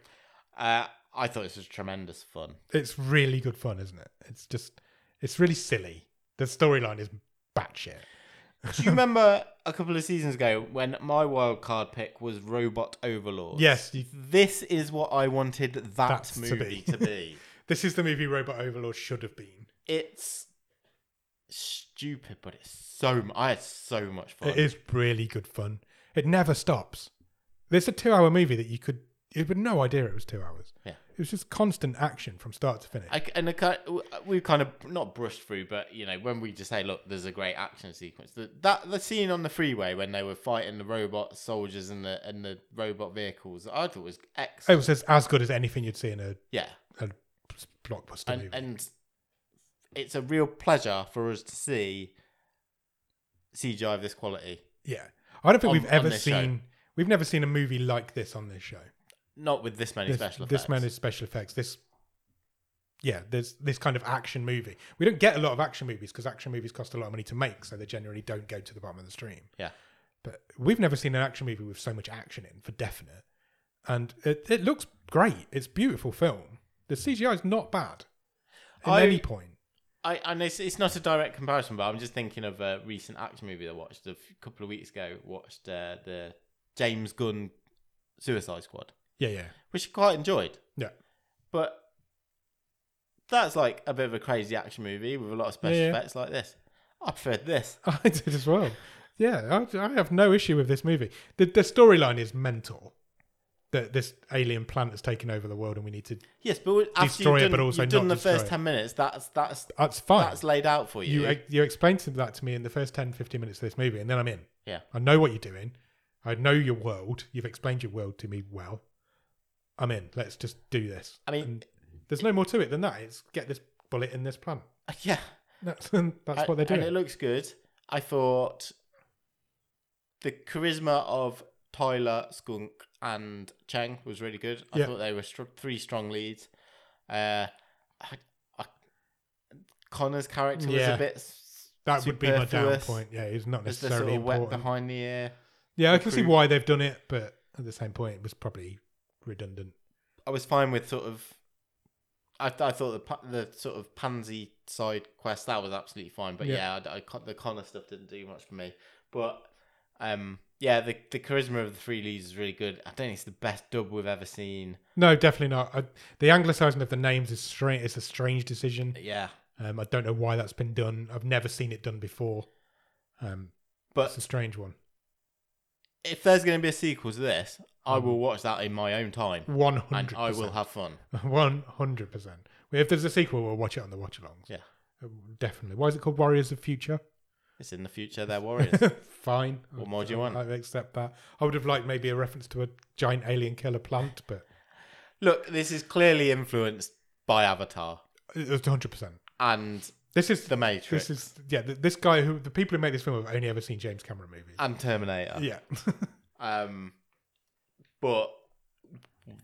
Uh, I thought this was tremendous fun. It's really good fun, isn't it? It's just, it's really silly. The storyline is batshit. Do you remember a couple of seasons ago when my wild card pick was Robot Overlord? Yes, you, This is what I wanted that That's to movie be. to be. this is the movie Robot Overlord should have been. it's stupid, but it's so. mu- I had so much fun. It is really good fun. It never stops. There's a two-hour movie that you could, you had no idea it was two hours. Yeah. It was just constant action from start to finish. I, and I kind we kind of not brushed through, but you know when we just say, look, there's a great action sequence. The, that the scene on the freeway when they were fighting the robot soldiers and the and the robot vehicles, I thought was it excellent. was as, as good as anything you'd see in a, yeah, a blockbuster and movie. and it's a real pleasure for us to see CGI of this quality. Yeah, I don't think On- we've ever on this show. seen we've never seen a movie like this on this show. Not with this many This, special effects. this man is special effects. This, yeah, there's this kind of action movie. We don't get a lot of action movies because action movies cost a lot of money to make, so they generally don't go to the bottom of the stream. Yeah. but we've never seen an action movie with so much action in for definite, and it, it looks great. It's beautiful film. The CGI is not bad at I- any point. I, I know it's, it's not a direct comparison, but I'm just thinking of a recent action movie that I watched a f- couple of weeks ago. Watched uh, the James Gunn Suicide Squad, Yeah, yeah, which I quite enjoyed. Yeah. But that's like a bit of a crazy action movie with a lot of special Yeah, yeah. effects like this. I preferred this. I did as well. Yeah, I, I have no issue with this movie. The, the storyline is mental. That this alien planet has taken over the world, and we need to. Yes, but after Destroy you've it, done, but also you've done not the first destroy it. 10 minutes, that's that's That's fine. that's laid out for you. you ex- you explained to that to me in the first 10 15 minutes of this movie and then i'm in Yeah. i know what you're doing i know your world you've explained your world to me well i'm in let's just do this I mean- And there's no more to it than that it's get this bullet in this plant yeah. that's that's I- what they're And it doing looks good. I thought the charisma of Tyler, Skunk, and Chang was really good. I Yeah. thought they were str- three strong leads. Uh, I, I, Connor's character was Yeah. a bit. s- that would be my down superfluous. point yeah it's not Just the sort necessarily of wet important behind the ear. yeah i can see recruit. why they've done it but at the same point it was probably redundant I was fine with sort of. I, I thought the pa- the sort of pansy side quest that was absolutely fine, but yeah, Yeah. I, I con- the Connor stuff didn't do much for me. But um, yeah, the the charisma of the three leads is really good. I think it's the best dub we've ever seen. no definitely not I, the anglicizing of the names is strange it's a strange decision But yeah, um, i don't know why that's been done i've never seen it done before um, That's but a strange one. if there's going to be a sequel to this, I will watch that in my own time, One and Mm. hundred. I will have fun. one hundred percent. If there's a sequel, we'll watch it on the watch alongs. Yeah. definitely. Why is it called Warriors of Future? It's in the future. They're warriors. Fine. What more do you want? I accept that. I would have liked maybe a reference to a giant alien killer plant, but Look, this is clearly influenced by Avatar it's hundred percent. and This is The Matrix This is yeah. th- This guy who the people who make this film have only ever seen James Cameron movies. and Terminator. yeah. Um, but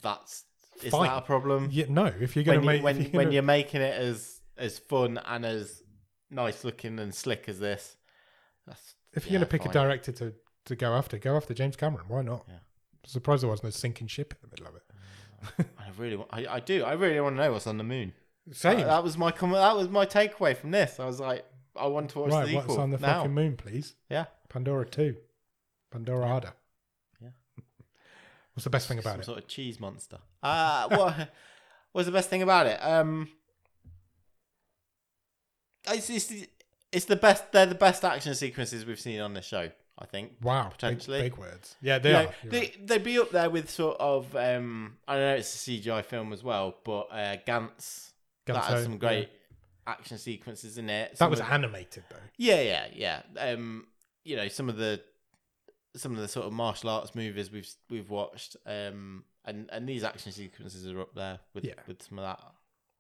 that's is Fine. that a problem? yeah. No. If you're gonna when you, make when, if you're when gonna- you're making it as as fun and as nice looking and slick as this, that's if you're yeah, gonna pick a fine. director to to go after, go after James Cameron. Why not? Yeah. Surprised there was no sinking ship in the middle of it. I really, want, I, I do, I really want to know what's on the moon. Same. That, that was my com- that was my takeaway from this. I was like, I want to watch Right, the what's sequel on the now. fucking moon, please? Yeah, Pandora 2. Pandora Harder. Yeah. What's the best thing some about it? sort of cheese monster. Ah, what was the best thing about it? Um, it's, it's, it's the best. They're the best action sequences we've seen on this show. I think. Wow. big- potentially. Big, words. Yeah, they You are. know, you're they right. they'd be up there with sort of um. I don't know it's a CGI film as well, but uh, Gantz, that Gonzo, has some yeah. great action sequences in it. That Some was of- animated, though. yeah, yeah, yeah. Um, you know, some of the some of the sort of martial arts movies we've we've watched, um, and and these action sequences are up there with Yeah. with some of that.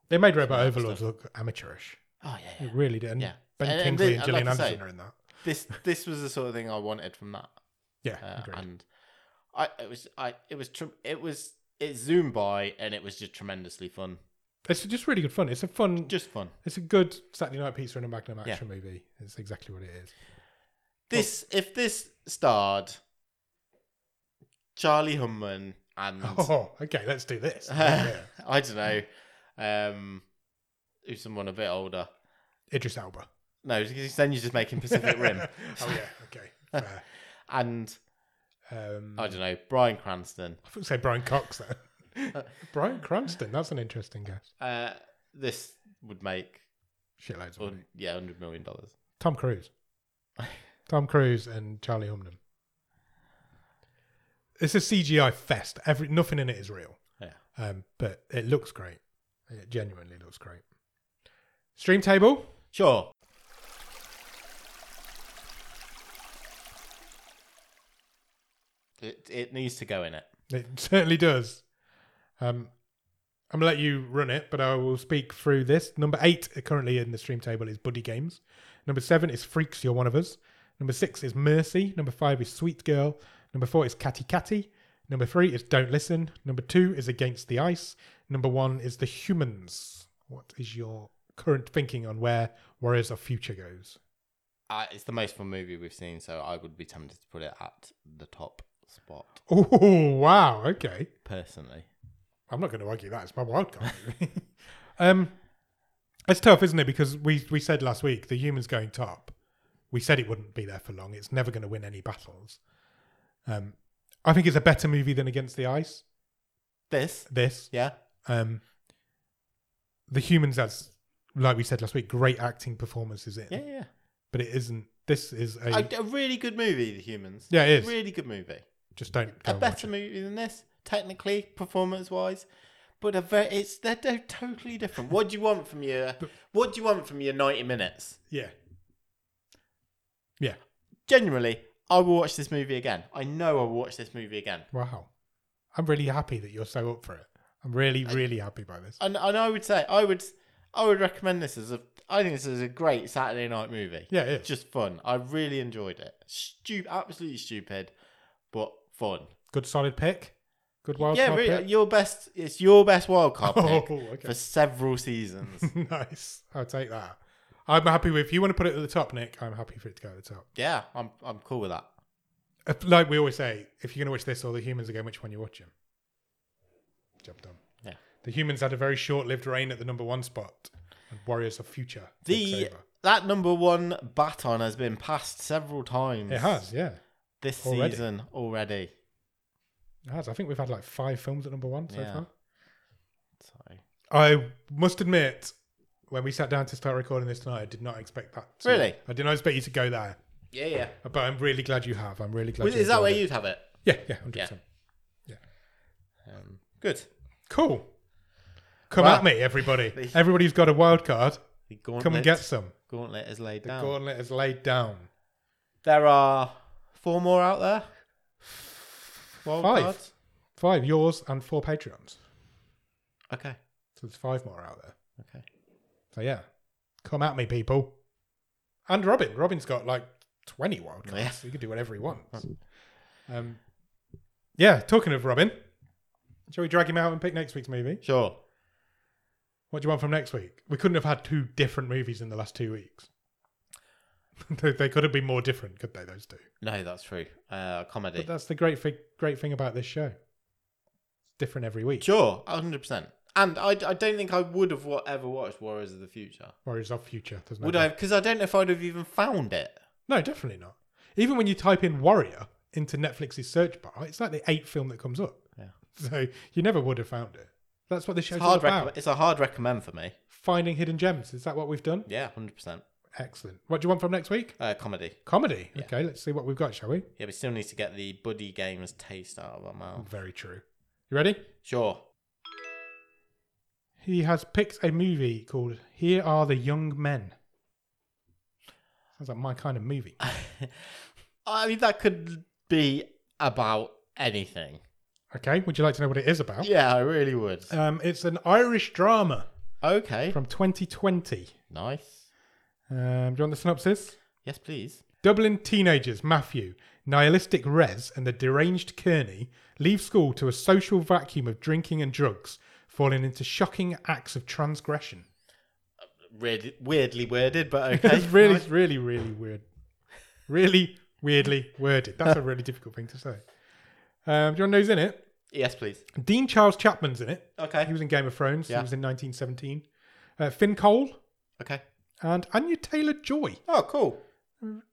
They made Robot Yeah, Overlords look amateurish. Oh yeah, yeah. It really did. And Yeah. Ben And- and Kingsley they- and and Gillian like I say- Anderson are in that. this this was the sort of thing I wanted from that, Yeah, uh, agreed. and I it was I it was tr- it was it zoomed by and it was just tremendously fun, It's just really good fun. It's a fun, just fun. it's a good Saturday Night Pizza and a Magnum Yeah. action movie. It's exactly what it is. This if this starred Charlie Hunnam and Oh, okay, let's do this. Yeah. I don't know. Um, who's someone a bit older? Idris Elba. No, because then you're just making Pacific Rim. oh, yeah, okay. fair. And Um, I don't know, Brian Cranston. I would say Brian Cox then. Brian Cranston, that's an interesting guess. Uh, this would make Shitloads of well, money. yeah, hundred million dollars. Tom Cruise. Tom Cruise and Charlie Hunnam. It's a CGI fest. Every nothing in it is real. Yeah. Um, but it looks great. It genuinely looks great. Stream table. Sure. It it needs to go in it. It certainly does. Um, I'm gonna let you run it, but I will speak through this. Number eight currently in the stream table is Buddy Games. Number seven is Freaks. You're one of us. Number six is Mercy. Number five is Sweet Girl. Number four is Catty Catty. Number three is Don't Listen. Number two is Against the Ice. Number one is The Humans. What is your current thinking on where Warriors of Future goes? Uh, it's the most fun movie we've seen, so I would be tempted to put it at the top spot Oh, wow. Okay. personally. I'm not going to argue that. It's my wild card. um, it's tough, isn't it? Because we, we said last week the humans going top. We said it wouldn't be there for long. It's never going to win any battles. Um, I think it's a better movie than Against the Ice. This, This, yeah, um, the humans has, like we said last week, great acting performances in, yeah, yeah. but it isn't. This is a A, a really good movie, The Humans. yeah, it is. really good movie. Just don't go a and watch better movie than this, technically, performance wise. But a very, it's they're, they're totally different. What do you want from your What do you want from your ninety minutes? it. Yeah, yeah. Genuinely, I will watch this movie again. I know I will watch this movie again, Wow, I'm really happy that you're so up for it. I'm really, really happy by this. and and I would say I would I would recommend this as a I think this is a great Saturday night movie. Yeah, it is. just fun. I really enjoyed it. Stupid, absolutely stupid, but fun. good solid pick. Good wild yeah, card really, pick. your best. It's your best wild card Oh, pick okay. for several seasons. nice. I'll take that. I'm happy with. If you want to put it at the top, Nick, I'm happy for it to go at the top. yeah, I'm I'm cool with that. If- Like we always say, if you're going to watch this or The Humans again, which one you watching? Job done. Yeah. The Humans had a very short-lived reign at the number one spot, and Warriors of Future takes The over. that number one baton has been passed several times. It has, yeah, this already. season already. it has. I think we've had like five films at number one so Yeah. far. So I must admit, when we sat down to start recording this tonight, I did not expect that. To, Really? I did not expect you to go there, yeah, yeah. but I'm really glad you have. I'm really glad. Was, you is that enjoyed where it. you'd have it? Yeah, yeah, hundred percent. Um, good. Cool. Come Wow. at me, everybody. Everybody's got a wild card. The gauntlet, Come and get some. gauntlet is laid The down. gauntlet is laid down. there are four more out there. Wild Five. cards. Five yours and four Patreons. Okay. So there's five more out there. Okay. So yeah, come at me, people. And Robin. Robin's got like twenty wild cards. Yeah. Hmm. So he can do whatever he wants. Um, yeah. Talking of Robin, shall we drag him out and pick next week's movie? Sure. What do you want from next week? We couldn't have had two different movies in the last two weeks. they, they could have been more different, could they? Those two. No, that's true. Uh, comedy. But that's the great thing, great thing about this show. It's different every week. Sure, hundred percent. And I, I don't think I would have wa- ever watched Warriors of the Future. Warriors of Future. There's no Would doubt. I? Because I don't know if I'd have even found it. No, definitely not. Even when you type in Warrior into Netflix's search bar, it's like the eighth film that comes up. Yeah. So you never would have found it. That's what the show's It's all hard. about. Rec- it's a hard recommend for me. Finding hidden gems. Is that what we've done? Yeah, hundred percent. Excellent. What do you want from next week? Uh, comedy. Comedy. Okay, let's see what we've got, shall we? Yeah, we still need to get the Buddy Games taste out of our mouth. Very true. You ready? Sure. He has picked a movie called Here Are the Young Men. Sounds like my kind of movie. I mean, that could be about anything. Okay, would you like to know what it is about? Yeah, I really would. Um, it's an Irish drama Okay. from 2020. Nice. Um, do you want the synopsis? Yes, please. Dublin teenagers Matthew, nihilistic Rez, and the deranged Kearney leave school to a social vacuum of drinking and drugs, falling into shocking acts of transgression. Really, weirdly worded, but okay. That's really, really, really weird. Really weirdly worded. That's a really difficult thing to say. Um, do you want to know who's in it? Yes, please. Dean Charles Chapman's in it. He Okay. was in Game of Thrones. Yeah. He was in 1917. Uh, Finn Cole Okay. and Anya Taylor Joy. Oh, cool.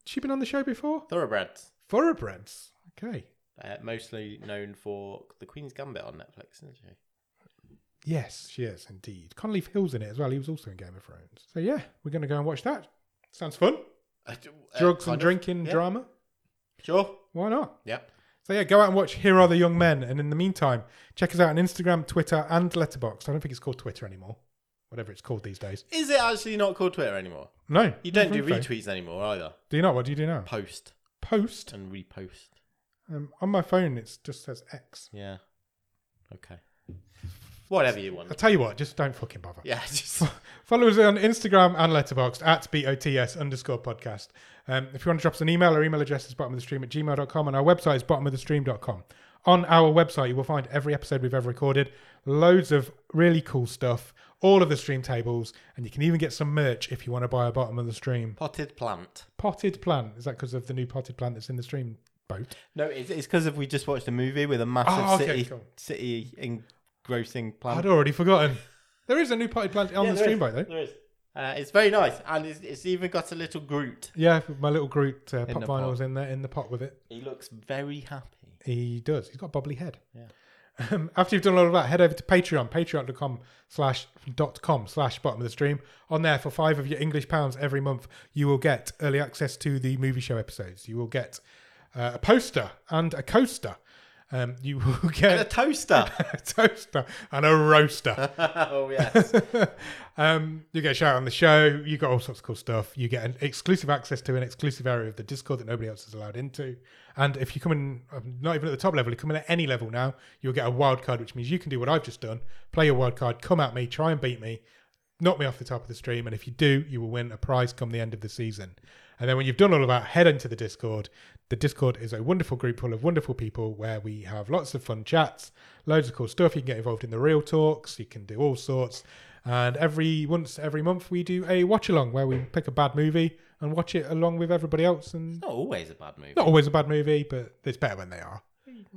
She been on the show before? Thoroughbreds. Thoroughbreds. Okay. Uh, mostly known for The Queen's Gambit on Netflix, isn't she? Yes, she is indeed. Conleaf Hill's in it as well. He was also in Game of Thrones. So yeah, we're going to go and watch that. Sounds fun. Uh, d- uh, Drugs kind and of. drinking Yeah. drama. Sure. Why not? Yep. So yeah, go out and watch Here Are the Young Men. And in the meantime, check us out on Instagram, Twitter, and Letterboxd. I don't think it's called Twitter anymore. Whatever it's called these days. Is it actually not called Twitter anymore? No. You don't do I think so. retweets anymore either. Do you not? What do you do now? Post Post. and repost. Um, on my phone, it just says X. Yeah. Okay. Whatever you want. I'll tell you what, just don't fucking bother. Yeah, just Follow us on Instagram and Letterboxd at BOTS underscore podcast. Um, if you want to drop us an email, our email address is bottom of the stream at gmail.com and our website is bottom of the stream.com. On our website, you will find every episode we've ever recorded, loads of really cool stuff, all of the stream tables, and you can even get some merch if you want to buy a bottom of the stream. potted plant. Potted plant. Is that because of the new potted plant that's in the stream boat? No, it's it's because if we just watched a movie with a massive Oh, okay, city cool. city engrossing plant. I'd already forgotten. There is a new potted plant on Yeah, the there stream is, boat, though. There is. Uh, it's very nice, and it's, it's even got a little Groot. Yeah, my little Groot uh, pop the vinyl is in there, in the pot with it. He looks very happy. He does. He's got a bobbly head. Yeah. Um, after you've done all of that, head over to Patreon, patreon.com slash dot com slash bottom of the stream. On there for five of your English pounds every month, you will get early access to the movie show episodes. You will get uh, a poster and a coaster. Um, you will And a get toaster. a toaster and a roaster. oh yes. um, you get a shout out on the show. You get all sorts of cool stuff. You get an exclusive access to an exclusive area of the Discord that nobody else is allowed into. And if you come in, um, not even at the top level, you come in at any level now, you'll get a wild card, which means you can do what I've just done: play your wild card, come at me, try and beat me, knock me off the top of the stream. And if you do, you will win a prize come the end of the season. And then when you've done all of that, head into the Discord. The Discord is a wonderful group full of wonderful people where we have lots of fun chats, loads of cool stuff. You can get involved in the real talks, you can do all sorts. And every once every month we do a watch along where we pick a bad movie and watch it along with everybody else. And Not always a bad movie. not always a bad movie, but it's better when they are.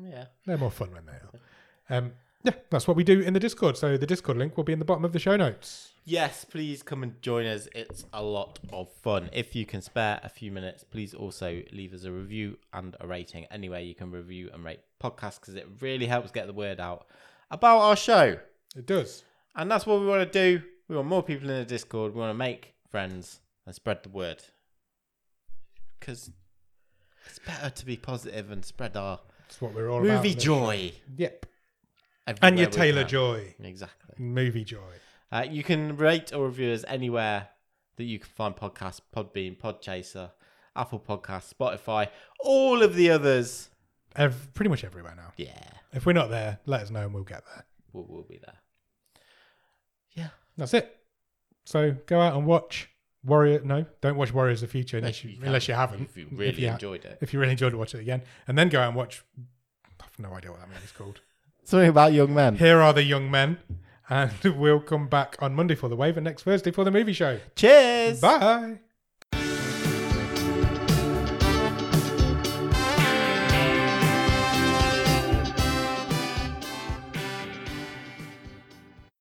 Yeah. They're more fun when they are. Um, yeah, that's what we do in the Discord. So the Discord link will be in the bottom of the show notes. Yes, please come and join us. It's a lot of fun. If you can spare a few minutes, please also leave us a review and a rating. Anywhere you can review and rate podcasts because it really helps get the word out about our show. It does. And that's what we want to do. We want more people in the Discord. We want to make friends and spread the word. Because it's better to be positive and spread our That's what we're all about. movie isn't it? joy. Yep. everywhere And your we Taylor can. Joy. Exactly. Movie Joy. Uh, you can rate or review us anywhere that you can find podcasts Podbean, Podchaser, Apple Podcasts, Spotify, all of the others. Ev- pretty much everywhere now. Yeah, If we're not there, let us know and we'll get there. we'll, we'll be there. Yeah. That's it. So go out and watch Warrior. No, don't watch Warriors of the Future unless you, can, unless you haven't. If you really you ha- enjoyed it. If you really enjoyed it, watch it again. And then go out and watch. I have no idea what that movie's called. Something about young men. Here are the young men. And we'll come back on Monday for the wave and next Thursday for the movie show. Cheers. Bye.